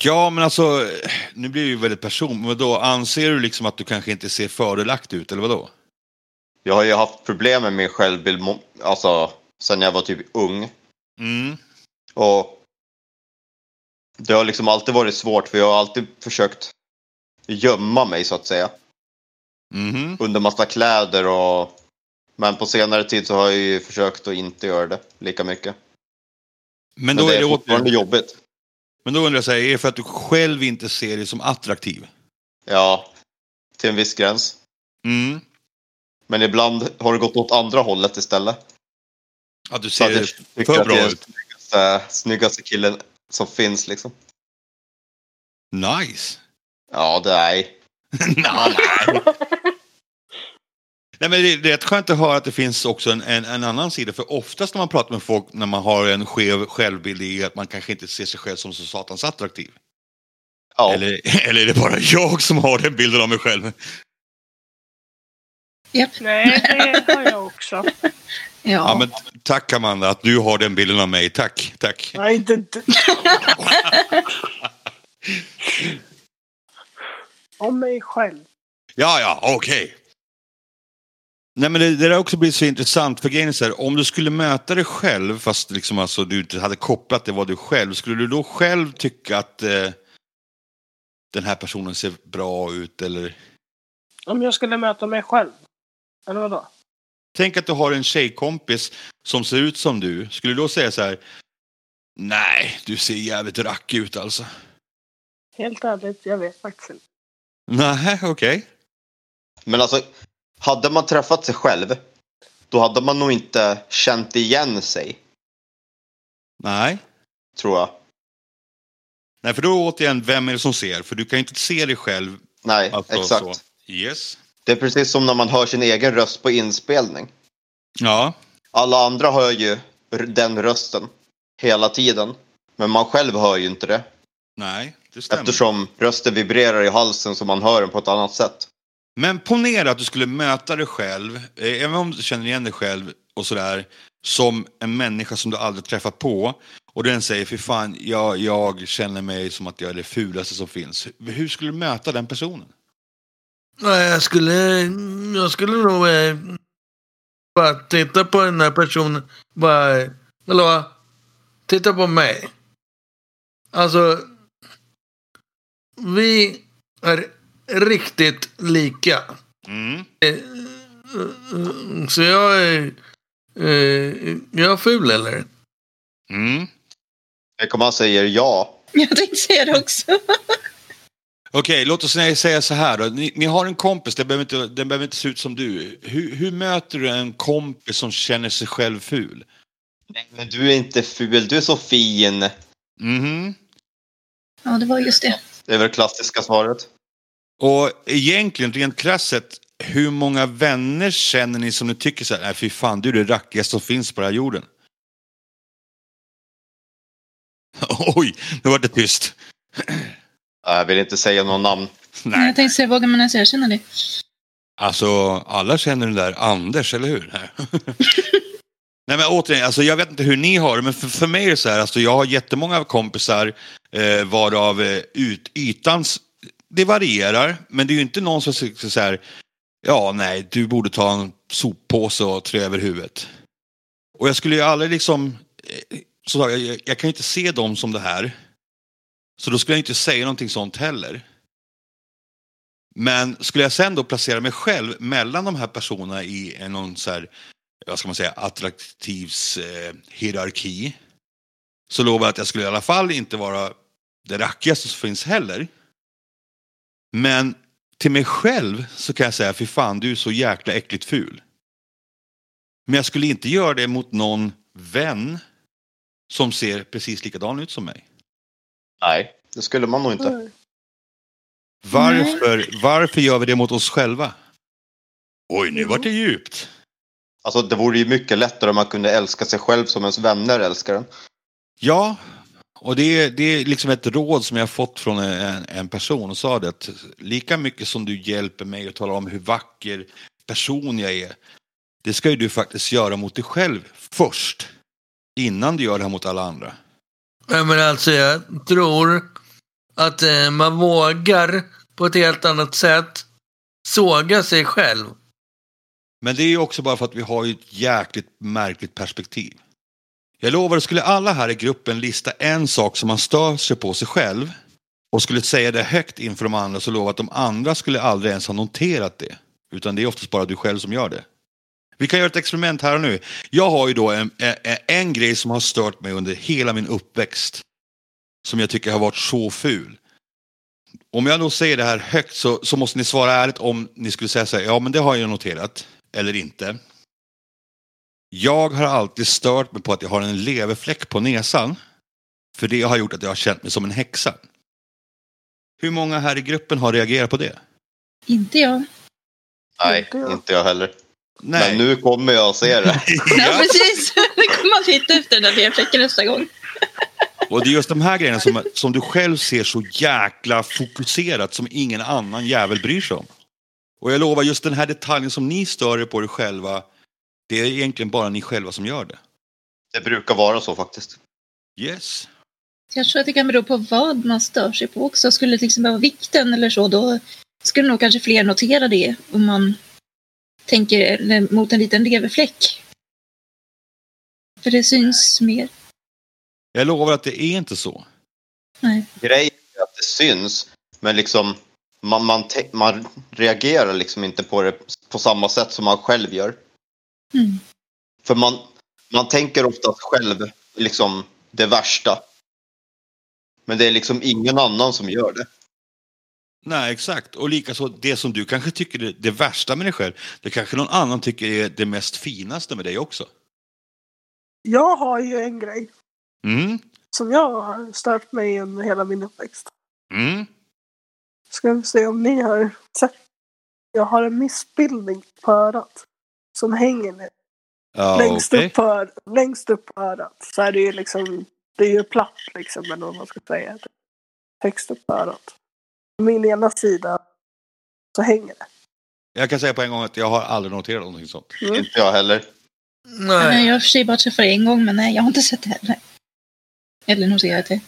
S1: ja men alltså, nu blir det ju väldigt person, men då anser du liksom att du kanske inte ser fördelaktig ut, eller vadå?
S2: Jag har ju haft problem med min självbild mo- alltså, sen jag var typ ung.
S1: Mm.
S2: Och det har liksom alltid varit svårt för jag har alltid försökt gömma mig så att säga.
S1: Mhm.
S2: Under massa kläder och... Men på senare tid så har jag ju försökt att inte göra det lika mycket.
S1: Men då är det
S2: fortfarande
S1: återigen,
S2: jobbigt.
S1: men då undrar jag så här, är det för att du själv inte ser dig som attraktiv?
S2: Ja, till en viss gräns.
S1: Mm.
S2: Men ibland har det gått åt andra hållet istället.
S1: Att du
S2: Så
S1: ser
S2: att jag tycker
S1: för
S2: att
S1: bra
S2: jag är den
S1: ut?
S2: snyggaste, snyggaste killen som finns liksom.
S1: Nice!
S2: Ja, det är...
S1: nej. nej, men det är rätt skönt att höra att det finns också en, en, en annan sida. För oftast när man pratar med folk när man har en skev självbild är att man kanske inte ser sig själv som så satans attraktiv.
S2: Ja,
S1: Eller, eller är det bara jag som har den bilden av mig själv?
S4: Nej, det har jag också.
S3: Ja.
S1: Ja, men tack Amanda att du har den bilden av mig. Tack, tack.
S4: Nej, inte du. Om mig själv.
S1: Ja, ja, okej. Nej, men det, det där också blir så intressant, för grejen är så här, om du skulle möta dig själv, fast liksom alltså du inte hade kopplat det var du själv, skulle du då själv tycka att eh, den här personen ser bra ut eller?
S4: Om jag skulle möta mig själv. Eller vadå?
S1: Tänk att du har en tjejkompis som ser ut som du, skulle du då säga så här, nej, du ser jävligt rack ut alltså.
S4: Helt ärligt, jag vet faktiskt inte.
S1: Nej, okej.
S2: Men alltså, hade man träffat sig själv, då hade man nog inte känt igen sig,
S1: Nej.
S2: tror jag.
S1: Nej, för då återigen, vem är det som ser? För du kan ju inte se dig själv.
S2: Nej,
S1: Alltså,
S2: exakt.
S1: Så. Yes.
S2: Det är precis som när man hör sin egen röst på inspelning.
S1: Ja,
S2: Alla andra hör ju r- den rösten hela tiden. Men man själv hör ju inte det.
S1: nej, det stämmer.
S2: Eftersom rösten vibrerar i halsen så man hör den på ett annat sätt.
S1: Men ponera att du skulle möta dig själv, eh, även om du känner igen dig själv och sådär, som en människa som du aldrig träffat på. Och den säger, fy fan, jag, jag känner mig som att jag är det fulaste som finns. Hur skulle du möta den personen?
S5: Nej, jag skulle, jag skulle nog eh, bara titta på den här personen. Bara, eh, hallå, titta på mig. Alltså, vi är riktigt lika.
S1: Mm.
S5: Eh, eh, Så jag är, eh, jag är ful eller?
S1: Mm.
S2: Tänk om han säger ja.
S3: Jag tänkte säga det också.
S1: Okej, låt oss nä- säga så här då. Ni, ni har en kompis, den behöver, inte, den behöver inte se ut som du. Hur, hur möter du en kompis som känner sig själv ful?
S2: Nej, men du är inte ful, du är så fin.
S1: Mhm.
S3: Ja, det var just det.
S2: Det är väl det klassiska svaret.
S1: Och egentligen, rent krasst sett, hur många vänner känner ni som ni tycker så här, "Nej, fy fan, du är det rackigaste som finns på den här jorden? Oj, nu var det tyst.
S2: Nej, Jag vill inte säga någon namn.
S3: Men Jag
S1: Nej,
S3: tänkte säga, vågar man ens erkänna det?
S1: alltså alla känner den där Anders, eller hur? Nej. Nej men återigen, alltså, jag vet inte hur ni har det, men för, för mig är det så här, alltså, jag har jättemånga kompisar eh, varav eh, ut, ytans, det varierar, men det är ju inte någon som säger så här, ja nej, du borde ta en soppåse och trä över huvudet. Och jag skulle ju aldrig liksom, eh, så, jag- jag, jag kan ju inte se dem som det här, så då skulle jag inte säga någonting sånt heller. Men skulle jag sen då placera mig själv mellan de här personerna i en någon så här, vad ska man säga, attraktivs eh, hierarki. Så lovar jag att jag skulle i alla fall inte vara det rackigaste som finns heller. Men till mig själv så kan jag säga, fy fan du är så jäkla äckligt ful. Men jag skulle inte göra det mot någon vän som ser precis likadan ut som mig.
S2: Nej, det skulle man nog inte.
S4: Mm.
S1: Varför, varför gör vi det mot oss själva? Oj, nu vart det djupt.
S2: Alltså, det vore ju mycket lättare om man kunde älska sig själv som ens vänner älskar en.
S1: Ja, och det är, det är liksom ett råd som jag har fått från en, en person och sa det att lika mycket som du hjälper mig och talar om hur vacker person jag är, det ska ju du faktiskt göra mot dig själv först, innan du gör det här mot alla andra.
S5: Nej, men alltså jag tror att eh, man vågar på ett helt annat sätt såga sig själv.
S1: Men det är ju också bara för att vi har ju ett jäkligt märkligt perspektiv. Jag lovar, skulle alla här i gruppen lista en sak som man stör sig på sig själv och skulle säga det högt inför de andra så lovar jag att de andra skulle aldrig ens ha noterat det. Utan det är oftast bara du själv som gör det. Vi kan göra ett experiment här och nu. Jag har ju då en, en, en grej som har stört mig under hela min uppväxt. Som jag tycker har varit så ful. Om jag då säger det här högt så, så måste ni svara ärligt om ni skulle säga så här, ja men det har jag noterat, eller inte. Jag har alltid stört mig på att jag har en leverfläck på näsan. För det har gjort att jag har känt mig som en häxa. Hur många här i gruppen har reagerat på det?
S3: Inte jag.
S2: Nej,
S4: Inte jag.
S2: inte jag heller. Men nu kommer jag att se det.
S3: Nej, precis. Det kommer man titta efter den där lerfläcken nästa gång.
S1: Och det är just de här grejerna som, som du själv ser så jäkla fokuserat som ingen annan jävel bryr sig om. Och jag lovar, just den här detaljen som ni stör er på er själva, det är egentligen bara ni själva som gör det.
S2: Det brukar vara så faktiskt.
S1: Yes.
S3: Jag tror att det kan bero på vad man stör sig på också. Skulle det till exempel vara vikten eller så, då skulle nog kanske fler notera det om man tänker eller mot en liten leverfläck. För det syns mer.
S1: Jag lovar att det är inte så.
S3: Nej.
S2: Grejen är att det syns, men liksom man, man, te- man reagerar liksom inte på det på samma sätt som man själv gör.
S3: Mm.
S2: För man, man tänker oftast själv liksom det värsta. Men det är liksom ingen annan som gör det.
S1: Nej, exakt. Och likaså det som du kanske tycker är det värsta med dig själv, det kanske någon annan tycker är det mest finaste med dig också.
S4: Jag har ju en grej
S1: Mm,
S4: som jag har stört mig i under hela min uppväxt.
S1: mm.
S4: Ska vi se om ni har sett. Jag har en missbildning på örat som hänger ner.
S1: Ja,
S4: längst,
S1: Ah, okej.
S4: upp på, ör- längst upp på örat. Så är det ju liksom, det är ju platt liksom, eller vad man ska säga. Högst upp på örat. På min ena sida så hänger det.
S1: Jag kan säga på en gång att jag har aldrig noterat någonting sånt.
S3: Mm.
S2: Inte jag heller.
S3: Nej.
S5: Nej.
S3: Jag har i och för sig bara träffat dig en gång, men nej, jag har inte sett det heller. Eller noterat det.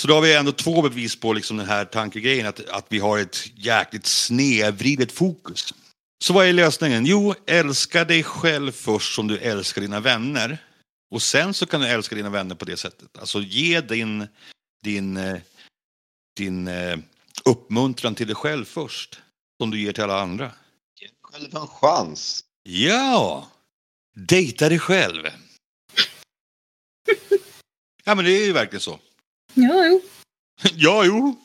S1: Så då har vi ändå två bevis på liksom den här tankegrejen att, att vi har ett jäkligt snedvridet fokus. Så vad är lösningen? Jo, älska dig själv först som du älskar dina vänner. Och sen så kan du älska dina vänner på det sättet. Alltså ge din, din, eh, din eh, uppmuntran till dig själv först. Som du ger till alla andra.
S2: Ge dig själv en chans.
S1: Ja! Dejta dig själv. Ja men det är ju verkligen så.
S3: Ja, jo.
S1: Ja, jo.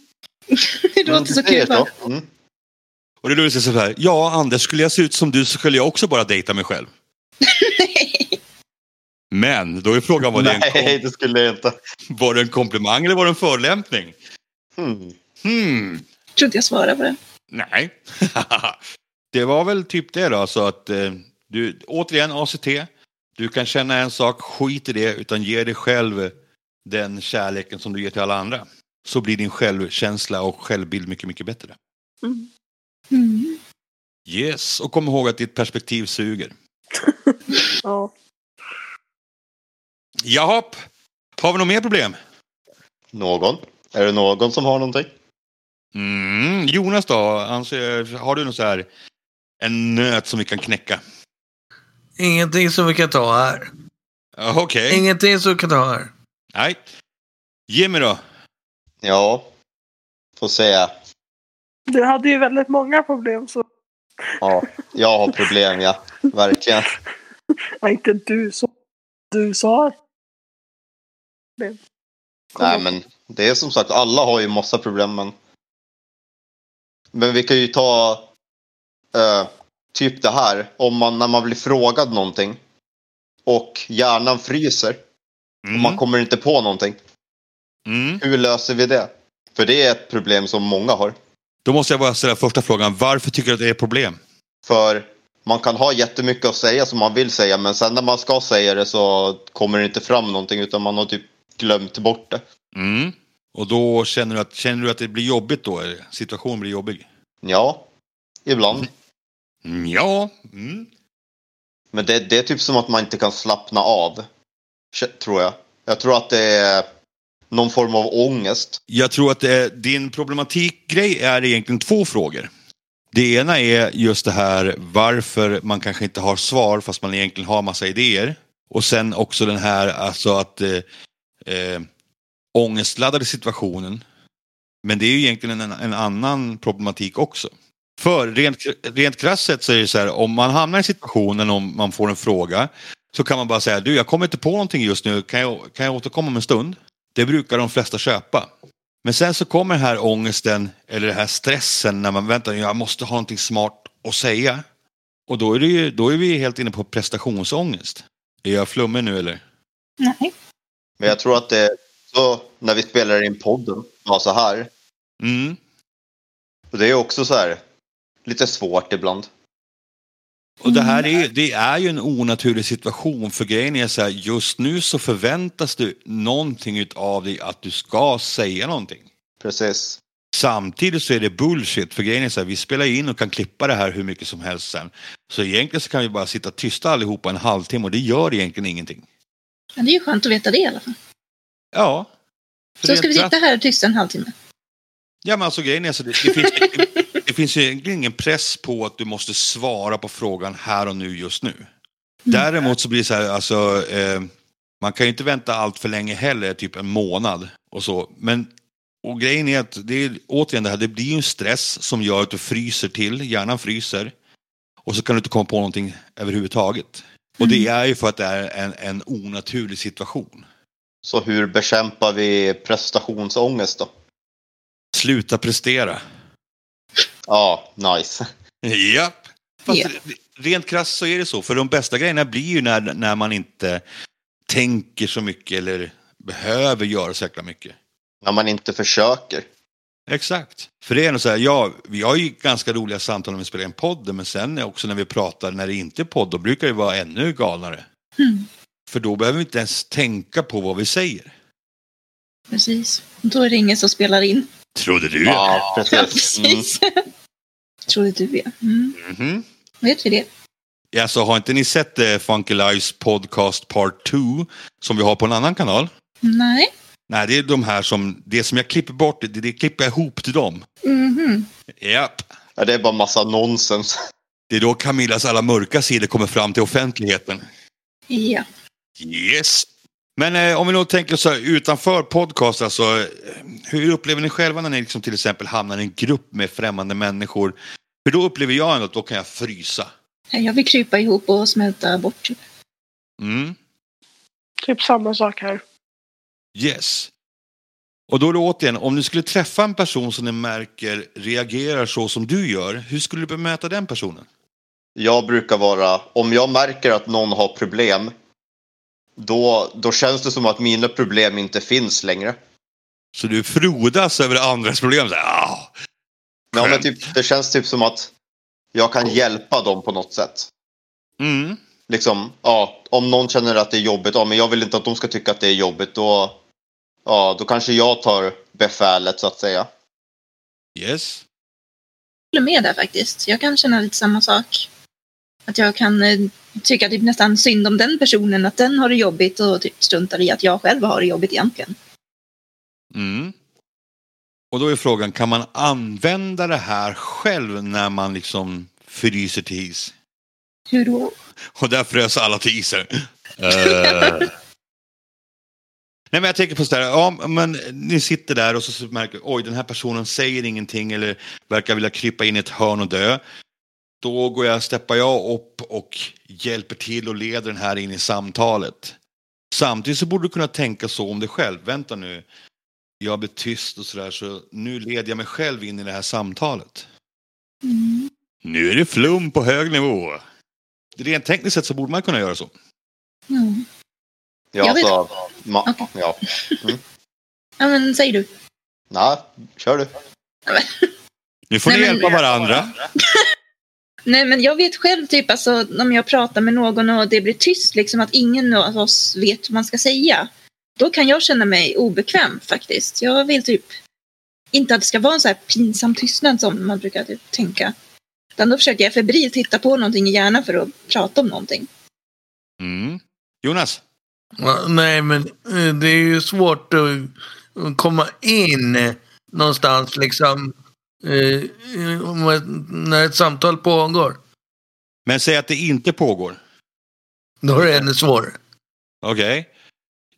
S3: Det låter så kul. va?
S2: Mm.
S1: Och det Louise säger så här, ja Anders, skulle jag se ut som du så skulle jag också bara dejta mig själv. Men då är frågan, var det, en
S2: Nej,
S1: kom-
S2: det skulle jag inte.
S1: var det en komplimang eller var det en förolämpning?
S2: Mm.
S1: Hmm,
S3: Jag tror inte jag svarar på det.
S1: nej. det var väl typ det då, så att eh, du, återigen ACT, du kan känna en sak, skit i det, utan ge dig själv den kärleken som du ger till alla andra. Så blir din självkänsla och självbild mycket, mycket bättre.
S3: Mm.
S1: Yes, och kom ihåg att ditt perspektiv suger.
S4: Ja.
S1: Japp, har vi något mer problem?
S2: Någon? Är det någon som har någonting?
S1: Mm, Jonas då, anser, har du någon så här en nöt som vi kan knäcka?
S5: Ingenting som vi kan ta här.
S1: Ja, Okej,
S5: Ingenting som vi kan ta här.
S1: nej. Jimmy då?
S2: Ja. Får säga.
S4: Du hade ju väldigt många problem så...
S2: Ja, jag har problem, ja. Verkligen.
S4: Ja, inte du så... Du sa att... Det-
S2: Nej, men det är som sagt, alla har ju massa problem. Men, men vi kan ju ta eh, typ det här, om man, när man blir frågad någonting och hjärnan fryser och man
S1: Mm.
S2: kommer inte på någonting.
S1: Mm.
S2: Hur löser vi det? För det är ett problem som många har.
S1: Då måste jag bara ställa första frågan, varför tycker du att det är ett problem?
S2: För man kan ha jättemycket att säga som man vill säga men sen när man ska säga det så kommer det inte fram någonting utan man har typ glömt bort det.
S1: Mm. Och då känner du, att, känner du att det blir jobbigt då? eller? Situationen blir jobbig?
S2: Ja, ibland.
S1: Mm, ja. Mm.
S2: Men det, det är typ som att man inte kan slappna av. K- Tror jag. Jag tror att det är någon form av ångest.
S1: Jag tror att eh, din problematikgrej är egentligen två frågor. Det ena är just det här varför man kanske inte har svar fast man egentligen har massa idéer. Och sen också den här alltså att eh, eh, ångestladdade situationen. Men det är ju egentligen en, en annan problematik också. För rent, rent krasst sett så är det så här om man hamnar i situationen om man får en fråga så kan man bara säga du jag kommer inte på någonting just nu kan jag, kan jag återkomma om en stund? Det brukar de flesta köpa. Men sen så kommer den här ångesten eller den här stressen när man väntar, jag måste ha någonting smart att säga. Och då är, det ju, då är vi helt inne på prestationsångest. Är jag flummig nu eller?
S3: Nej.
S2: Men jag tror att det är så när vi spelar in podden. Ja, så här.
S1: Mm.
S2: Och det är också så här lite svårt ibland.
S1: Och det här är, det är ju en onaturlig situation för grejen är så här, just nu så förväntas du någonting av dig att du ska säga någonting.
S2: Precis.
S1: Samtidigt så är det bullshit, för grejen är så här, vi spelar ju in och kan klippa det här hur mycket som helst sen. Så egentligen så kan vi bara sitta tysta allihopa en halvtimme och det gör egentligen ingenting.
S3: Men det är ju skönt att veta det i alla fall.
S1: Ja. För
S3: Så
S1: det
S3: ska
S1: är
S3: vi
S1: inte
S3: sitta
S1: att-
S3: här tyst en halvtimme.
S1: Ja men alltså grejen är så det, det, finns, det, det finns ju egentligen ingen press på att du måste svara på frågan här och nu just
S3: Mm.
S1: nu. Däremot så blir det så här, alltså, eh, man kan ju inte vänta allt för länge heller, typ en månad och så. Men och grejen är att det är återigen det här, det blir ju en stress som gör att du fryser till, hjärnan fryser. Och så kan du inte komma på någonting överhuvudtaget. Och det
S3: Mm.
S1: är ju för att det är en, en onaturlig situation.
S2: Så hur bekämpar vi prestationsångest då?
S1: Sluta prestera.
S2: Ja, nice.
S1: Japp. Fast
S3: Ja.
S1: rent krasst så är det så, för de bästa grejerna blir ju när, när man inte tänker så mycket eller behöver göra så jäkla mycket.
S2: När man inte försöker.
S1: Exakt. För det är nog så här, ja, vi har ju ganska roliga samtal när vi spelar in podden, men sen är också när vi pratar när det inte är podd, då brukar det vara ännu galnare.
S3: Mm.
S1: För då behöver vi inte ens tänka på vad vi säger.
S3: Precis. Då är det ingen som spelar in.
S1: Trodde du? Ja.
S2: Ja,
S3: Ja,
S2: precis. Mm.
S3: precis. Trodde du ja. Mm.
S1: Mhm.
S3: Vet vi det?
S1: Ja, så har inte ni sett eh, Funky Lives Podcast Part 2 som vi har på en annan kanal?
S3: Nej.
S1: Nej, det är de här som, det som jag klipper bort, det, det klipper jag ihop till dem.
S3: Mhm.
S1: Japp.
S2: Ja, det är bara massa nonsens.
S1: Det är då Camillas alla mörka sidor kommer fram till offentligheten.
S3: Ja.
S1: Yes. Men eh, om vi nu tänker så här, utanför podcast, alltså, eh, hur upplever ni själva när ni liksom till exempel hamnar i en grupp med främmande människor? För då upplever jag ändå att då kan jag frysa.
S3: Jag vill krypa ihop och smälta bort. typ.
S1: Mm.
S4: Typ samma sak här.
S1: Yes. Och då är det återigen, om du skulle träffa en person som ni märker reagerar så som du gör, hur skulle du bemöta den personen?
S2: Jag brukar vara, om jag märker att någon har problem, då, då känns det som att mina problem inte finns längre.
S1: Så du frodas över andras problem? Så här, ah,
S2: Men, ja, men
S1: Skönt.
S2: typ, det känns typ som att jag kan hjälpa dem på något sätt.
S1: mm.
S2: Liksom, ja, om någon känner att det är jobbigt, ja, men jag vill inte att de ska tycka att det är jobbigt, då, ja, då kanske jag tar befälet så att säga.
S1: Yes.
S3: håller med där faktiskt. Jag kan känna lite samma sak. Att jag kan eh, tycka typ nästan synd om den personen, att den har det jobbigt och typ struntar i att jag själv har det jobbigt egentligen.
S1: Mm. Och då är frågan, kan man använda det här själv när man liksom fryser till is?
S3: Hur då?
S1: Och där frös alla till is här. Eh. Nej men jag tänker på sådär, ja men ni sitter där och så- så märker oj den här personen säger ingenting eller verkar vilja krypa in i ett hörn och dö. Då går jag, steppar jag upp och hjälper till och leder den här in i samtalet. Samtidigt så borde du kunna tänka så om dig själv, vänta nu, jag blir tyst och sådär så nu leder jag mig själv in i det här samtalet.
S3: Mm.
S1: Nu är det flum på hög nivå. Rent tekniskt sett så borde man kunna göra så.
S3: Mm.
S2: Ja,
S3: Jag vet-
S2: så, ma-
S3: Okej.
S2: ja.
S3: Ja, men säg du.
S2: Nej, kör du.
S1: Nu får
S3: Nej,
S1: ni
S3: men-
S1: hjälpa varandra.
S3: Nej, men jag vet själv typ alltså om jag pratar med någon och det blir tyst, liksom att ingen av oss vet vad man ska säga. Då kan jag känna mig obekväm faktiskt. Jag vill typ inte att det ska vara en så här pinsam tystnad som man brukar typ tänka. Utan då försöker jag febrilt hitta på någonting i hjärnan för att prata om någonting.
S1: Mm. Jonas?
S5: Ja, Nej, men eh, det är ju svårt att eh, komma in eh, någonstans liksom. eh, eh, om ett- När ett samtal pågår.
S1: Men säg att det inte pågår.
S5: Då är det ännu svårare.
S1: Okej.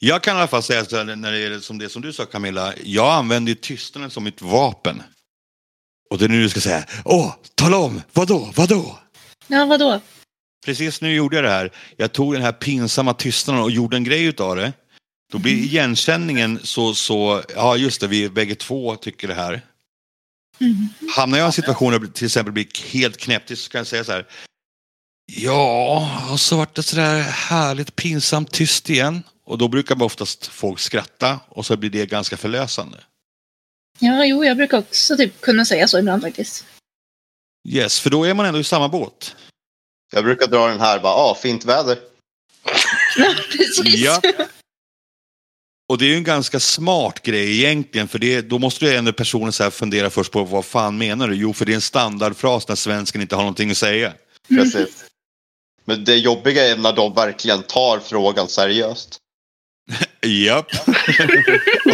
S1: Jag kan i alla fall säga så här, när det gäller som det som du sa Camilla, jag använder ju tystnaden som mitt vapen. Och det är nu du ska säga, åh, tala om, vadå, vadå?
S3: Ja, vadå?
S1: Precis nu gjorde jag det här, jag tog den här pinsamma tystnaden och gjorde en grej utav det. Då blir igenkänningen så, så, ja just det, vi bägge två tycker det här.
S3: Mm.
S1: Hamnar jag i en situation där jag till exempel blir helt knäpptyst så kan jag säga så här. Ja, och så vart det sådär härligt pinsamt tyst igen. Och då brukar man oftast folk skratta och så blir det ganska förlösande.
S3: Ja, jo, jag brukar också typ kunna säga så ibland faktiskt.
S1: Yes, för då är man ändå i samma båt.
S2: Jag brukar dra den här, bara, ah, fint väder.
S3: Ja, precis.
S1: Ja. Och det är ju en ganska smart grej egentligen, för det, då måste ju ändå personen så här fundera först på vad fan menar du? Jo, för det är en standardfras när svensken inte har någonting att säga.
S2: Precis. Men det jobbiga är när de verkligen tar frågan seriöst.
S1: Japp.
S2: Och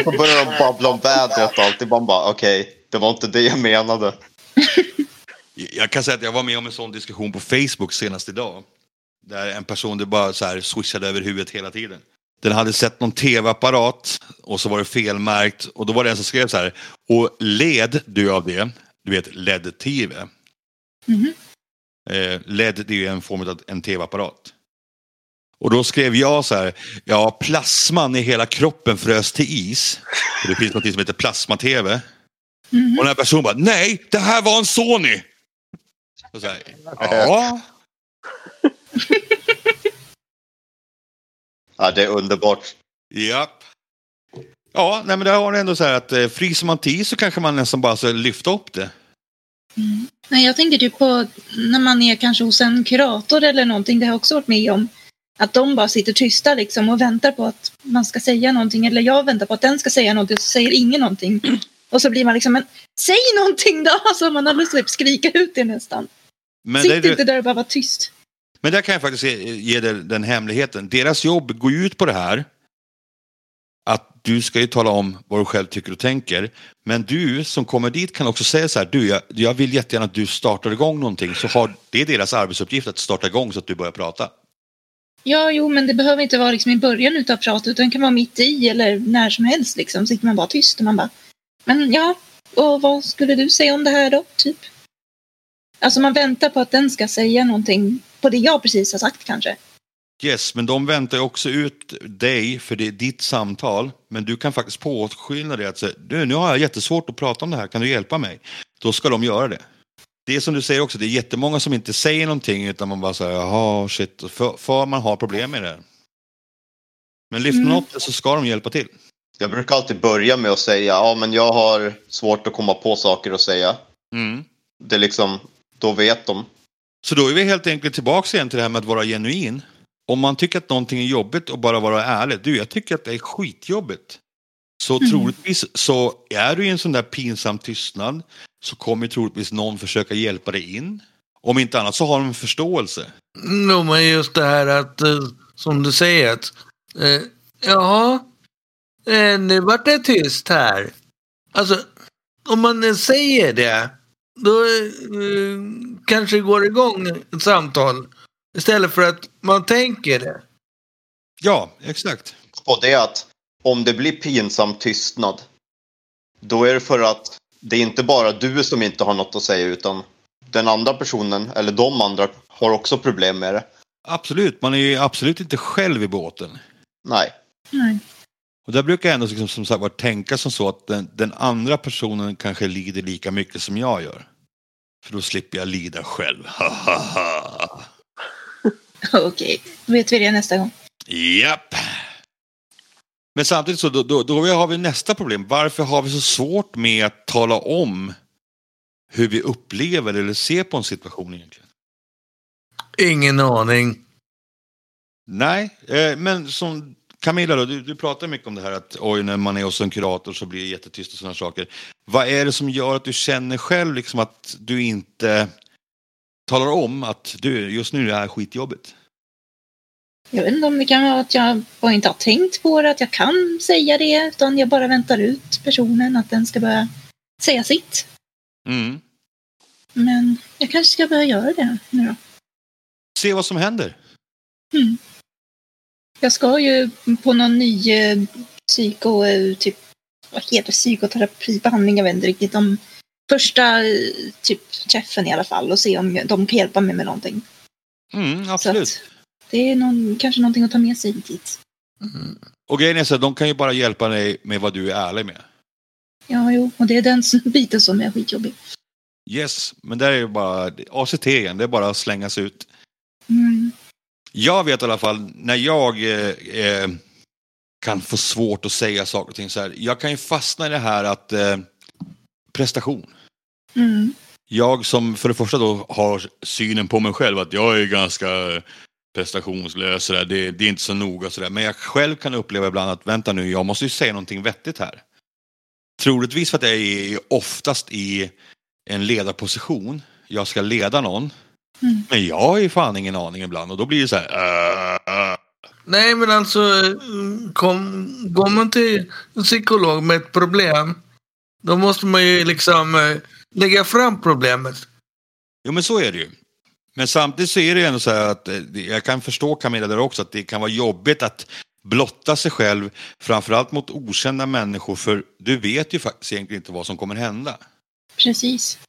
S2: så börjar de babbla om vädret och allt. Det är bara, bara okej, det var inte det jag menade.
S1: Jag kan säga att jag var med om en sån diskussion på Facebook senast idag. Där en person det bara så här swishade över huvudet hela tiden. Den hade sett någon tv-apparat och så var det felmärkt. Och då var det en som skrev så här. Och led du av det, du vet LED-tv.
S3: Mhm.
S1: Eh, LED det är ju en form av en tv-apparat. Och då skrev jag så här. Ja, plasman i hela kroppen frös till is. För det finns något som heter plasma-tv. Och den här personen bara, nej, det här var en Sony! Och så här, ja,
S2: Ja, det är underbart.
S1: japp. Ja, nej men där har ni ändå så här att eh, fryser man till så kanske man nästan bara ska lyfta upp det.
S3: Nej, jag tänker typ på när man är kanske hos en kurator eller någonting, det har jag också varit med om. Att de bara sitter tysta liksom och väntar på att man ska säga någonting. Eller jag väntar på att den ska säga någonting och så säger ingen någonting. Och så blir man liksom, men säg någonting då! Alltså man har lust att typ skrika ut det nästan.
S1: Men
S3: Sitt
S1: det är det-
S3: inte där och bara vara tyst.
S1: Men där kan jag faktiskt ge, ge dig den hemligheten. Deras jobb går ju ut på det här. Att du ska ju tala om vad du själv tycker och tänker. Men du som kommer dit kan också säga så här. Du, jag, jag vill jättegärna att du startar igång någonting. Så har, det är deras arbetsuppgift att starta igång så att du börjar prata.
S3: Ja, jo, men det behöver inte vara liksom i början utav pratet, utan det kan vara mitt i eller när som helst liksom. Sitter man bara tyst och man bara, men ja, och vad skulle du säga om det här då, typ? Alltså man väntar på att den ska säga någonting på det jag precis har sagt kanske.
S1: Yes, men de väntar ju också ut dig för det är ditt samtal. Men du kan faktiskt påskynda det att säga, du, nu har jag jättesvårt att prata om det här, kan du hjälpa mig? Då ska de göra det. Det är som du säger också, det är jättemånga som inte säger någonting utan man bara säger jaha, shit, för, för man har problem med det. Men lyfter man
S3: Mm.
S1: upp det så ska de hjälpa till.
S2: Jag brukar alltid börja med att säga ja, men jag har svårt att komma på saker att säga.
S1: Mm.
S2: Det är liksom, då vet de.
S1: Så då är vi helt enkelt tillbaka igen till det här med att vara genuin. Om man tycker att någonting är jobbigt och bara vara ärlig. Du, jag tycker att det är skitjobbigt. Så
S3: Mm.
S1: troligtvis så är du i en sån där pinsam tystnad så kommer ju troligtvis någon försöka hjälpa dig in. Om inte annat så har de en förståelse.
S5: Jo, men just det här att, eh, som du säger, att eh, ja, eh, nu vart det tyst här. Alltså, om man eh, säger det, då eh, kanske går igång ett samtal istället för att man tänker det.
S1: Ja, exakt.
S2: Och det är att om det blir pinsam tystnad, då är det för att det är inte bara du som inte har något att säga utan den andra personen, eller de andra, har också problem med det.
S1: Absolut, man är ju absolut inte själv i båten.
S2: Nej.
S3: Nej.
S1: Och där brukar jag ändå liksom, som sagt, var tänka som så att den, den andra personen kanske lider lika mycket som jag gör. För då slipper jag lida själv. Ha, ha, ha.
S3: Okej, då vet vi det nästa gång.
S1: Japp. Men samtidigt så då, då, då har vi nästa problem. Varför har vi så svårt med att tala om hur vi upplever eller ser på en situation egentligen?
S5: Ingen aning.
S1: Nej, eh, men som Camilla, då, du, du pratar mycket om det här att oj, när man är hos en kurator så blir det jättetyst och sådana saker. Vad är det som gör att du känner själv liksom att du inte talar om att du, just nu är det här skitjobbigt?
S3: Jag vet inte om det kan vara att jag bara inte har tänkt på det, att jag kan säga det, utan jag bara väntar ut personen, att den ska börja säga sitt.
S1: Mm.
S3: Men jag kanske ska börja göra det nu då.
S1: Se vad som händer.
S3: Jag ska ju på någon ny eh, psyko, eh, typ, vad heter det, psykoterapibehandling, jag vet inte riktigt, om första eh, typ träffen i alla fall och se om jag- de kan hjälpa mig med någonting.
S1: Mm,
S3: Så
S1: absolut.
S3: att det är någon, kanske någonting att ta med sig dit.
S5: Mm.
S1: Och grejen är så här, de kan ju bara hjälpa dig med vad du är ärlig med.
S3: Ja, jo, och det är den s- biten som är skitjobbig.
S1: Yes, men där är ju bara ACT igen, det är bara att slängas ut.
S3: Mm.
S1: Jag vet i alla fall när jag eh, eh, kan få svårt att säga saker och ting så här. Jag kan ju fastna i det här att eh, prestation.
S3: Mm.
S1: Jag som för det första då har synen på mig själv att jag är ganska eh, prestationslös så där. Det, det är inte så noga sådär. Men jag själv kan uppleva ibland att vänta nu, jag måste ju säga någonting vettigt här. Troligtvis för att jag är oftast i en ledarposition. Jag ska leda någon.
S3: Mm.
S1: Men jag har ju fan ingen aning ibland och då blir det så här. "Äh, äh."
S5: Nej, men alltså, eh, kom, går man till en psykolog med ett problem, då måste man ju liksom eh, lägga fram problemet.
S1: Jo men så är det ju. Men samtidigt så är det ju ändå så här att eh, det- jag kan förstå Camilla där också att det kan vara jobbigt att blotta sig själv framförallt mot okända människor för du vet ju faktiskt egentligen inte vad som kommer hända.
S3: Precis.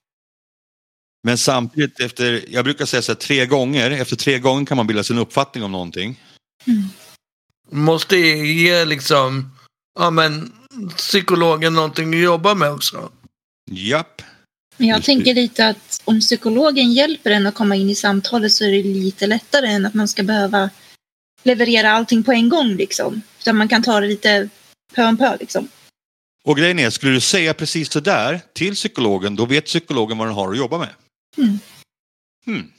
S1: Men samtidigt efter, jag brukar säga så här tre gånger, efter tre gånger kan man bilda sin uppfattning om någonting.
S3: Mm.
S5: måste ge liksom, ja men psykologen någonting att jobba med också.
S1: Japp.
S3: Men jag
S1: Just det.
S3: tänker lite att om psykologen hjälper en att komma in i samtalet så är det lite lättare än att man ska behöva leverera allting på en gång liksom. Utan man kan ta det lite pö om pö liksom.
S1: Och grejen är, skulle du säga precis så där till psykologen, då vet psykologen vad den har att jobba med.
S3: Mm.
S1: Hmm.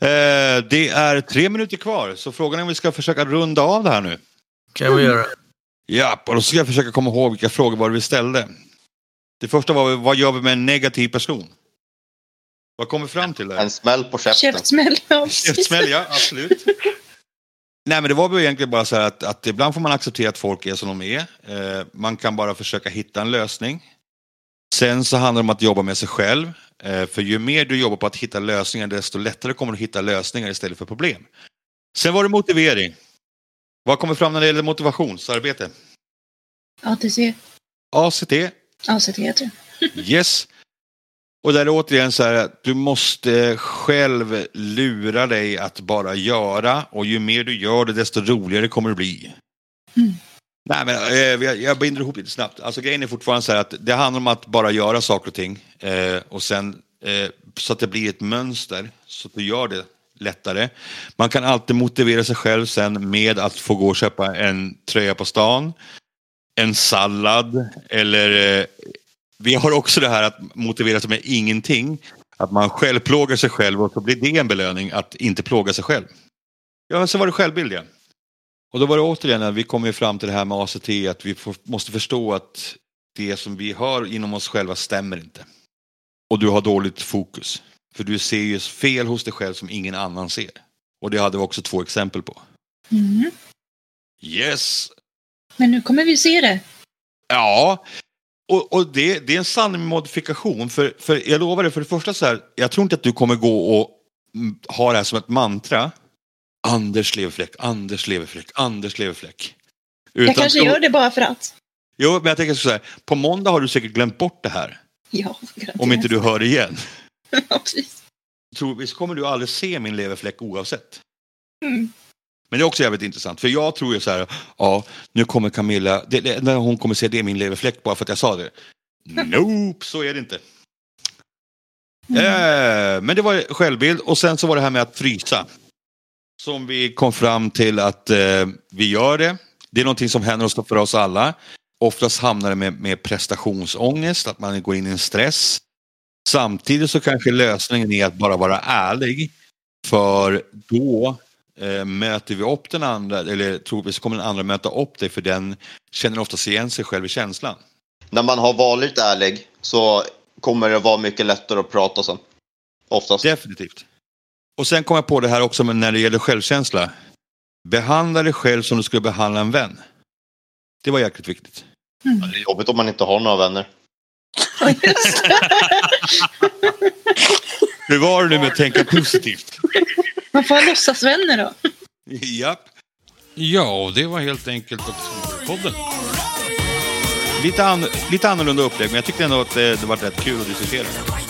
S1: Eh, det är tre minuter kvar, så frågan är om vi ska försöka runda av det här nu.
S5: kan vi göra.
S1: Ja, och då ska jag försöka komma ihåg vilka frågor var det vi ställde. Det första var, vad gör vi med en negativ person? Vad kommer vi fram till där?
S2: En smäll på käften.
S3: Käftsmäll. ja, precis.
S1: Käftsmäll, ja, absolut. Nej, men det var väl egentligen bara så här att, att ibland får man acceptera att folk är som de är. Eh, man kan bara försöka hitta en lösning. Sen så handlar det om att jobba med sig själv. Eh, för ju mer du jobbar på att hitta lösningar, desto lättare kommer du att hitta lösningar istället för problem. Sen var det motivering. Vad kommer fram när det gäller motivationsarbete?
S3: ATC.
S1: ACT,
S3: ACT heter det.
S1: Yes. Och där är det återigen så här att du måste själv lura dig att bara göra och ju mer du gör det desto roligare kommer det bli.
S3: Mm.
S1: Nej men eh, jag, jag binder ihop lite snabbt. Alltså grejen är fortfarande så här att det handlar om att bara göra saker och ting eh, och sen eh, så att det blir ett mönster så att du gör det lättare. Man kan alltid motivera sig själv sen med att få gå och köpa en tröja på stan, en sallad eller eh, vi har också det här att motivera sig med ingenting. Att man själv plågar sig själv och så blir det en belöning att inte plåga sig själv. Ja, så var det självbild igen. Och då var det återigen att vi kom ju fram till det här med ACT, att vi får, måste förstå att det som vi hör inom oss själva stämmer inte. Och du har dåligt fokus. För du ser ju fel hos dig själv som ingen annan ser. Och det hade vi också två exempel på.
S3: Mm.
S1: Yes!
S3: Men nu kommer vi se det.
S1: Ja, och, och det, det är en sanning med modifikation. För, för jag lovar dig, för det första så här, jag tror inte att du kommer gå och mm, ha det här som ett mantra. Anders Leverfläck, Anders Leverfläck, Anders Leverfläck. Utan,
S3: Jag kanske gör det bara för att.
S1: Jo, men jag tänker så här, på måndag har du säkert glömt bort det här.
S3: Ja, garanterat.
S1: Om inte du hör det igen.
S3: Ja, precis.
S1: Troligtvis kommer du aldrig se min leverfläck oavsett.
S3: Mm.
S1: Men det är också jävligt intressant, för jag tror ju så här, ja, nu kommer Camilla, det, det, när hon kommer se det är min leverfläck bara för att jag sa det. Nope, så är det inte. Eh, men det var självbild och sen så var det här med att frysa. Som vi kom fram till att eh, vi gör det. Det är någonting som händer oss- för oss alla. Oftast hamnar det med, med prestationsångest, att man går in i en stress. Samtidigt så kanske lösningen är att bara vara ärlig. För då eh, möter vi upp den andra, eller troligtvis kommer den andra möta upp dig för den känner oftast igen sig själv i känslan.
S2: När man har varit ärlig så kommer det vara mycket lättare att prata sen. Oftast.
S1: Definitivt. Och sen kom jag på det här också men när det gäller självkänsla. Behandla dig själv som du skulle behandla en vän. Det var jäkligt viktigt.
S2: Det är jobbigt om man inte har några vänner.
S3: Ja, just det.
S1: Hur var det nu med att tänka positivt?
S3: Man får ha låtsasvänner då.
S1: Japp. Ja, och det var helt enkelt podden. Lite, an- lite annorlunda upplägg, men jag tyckte ändå att eh, det var rätt kul att diskutera.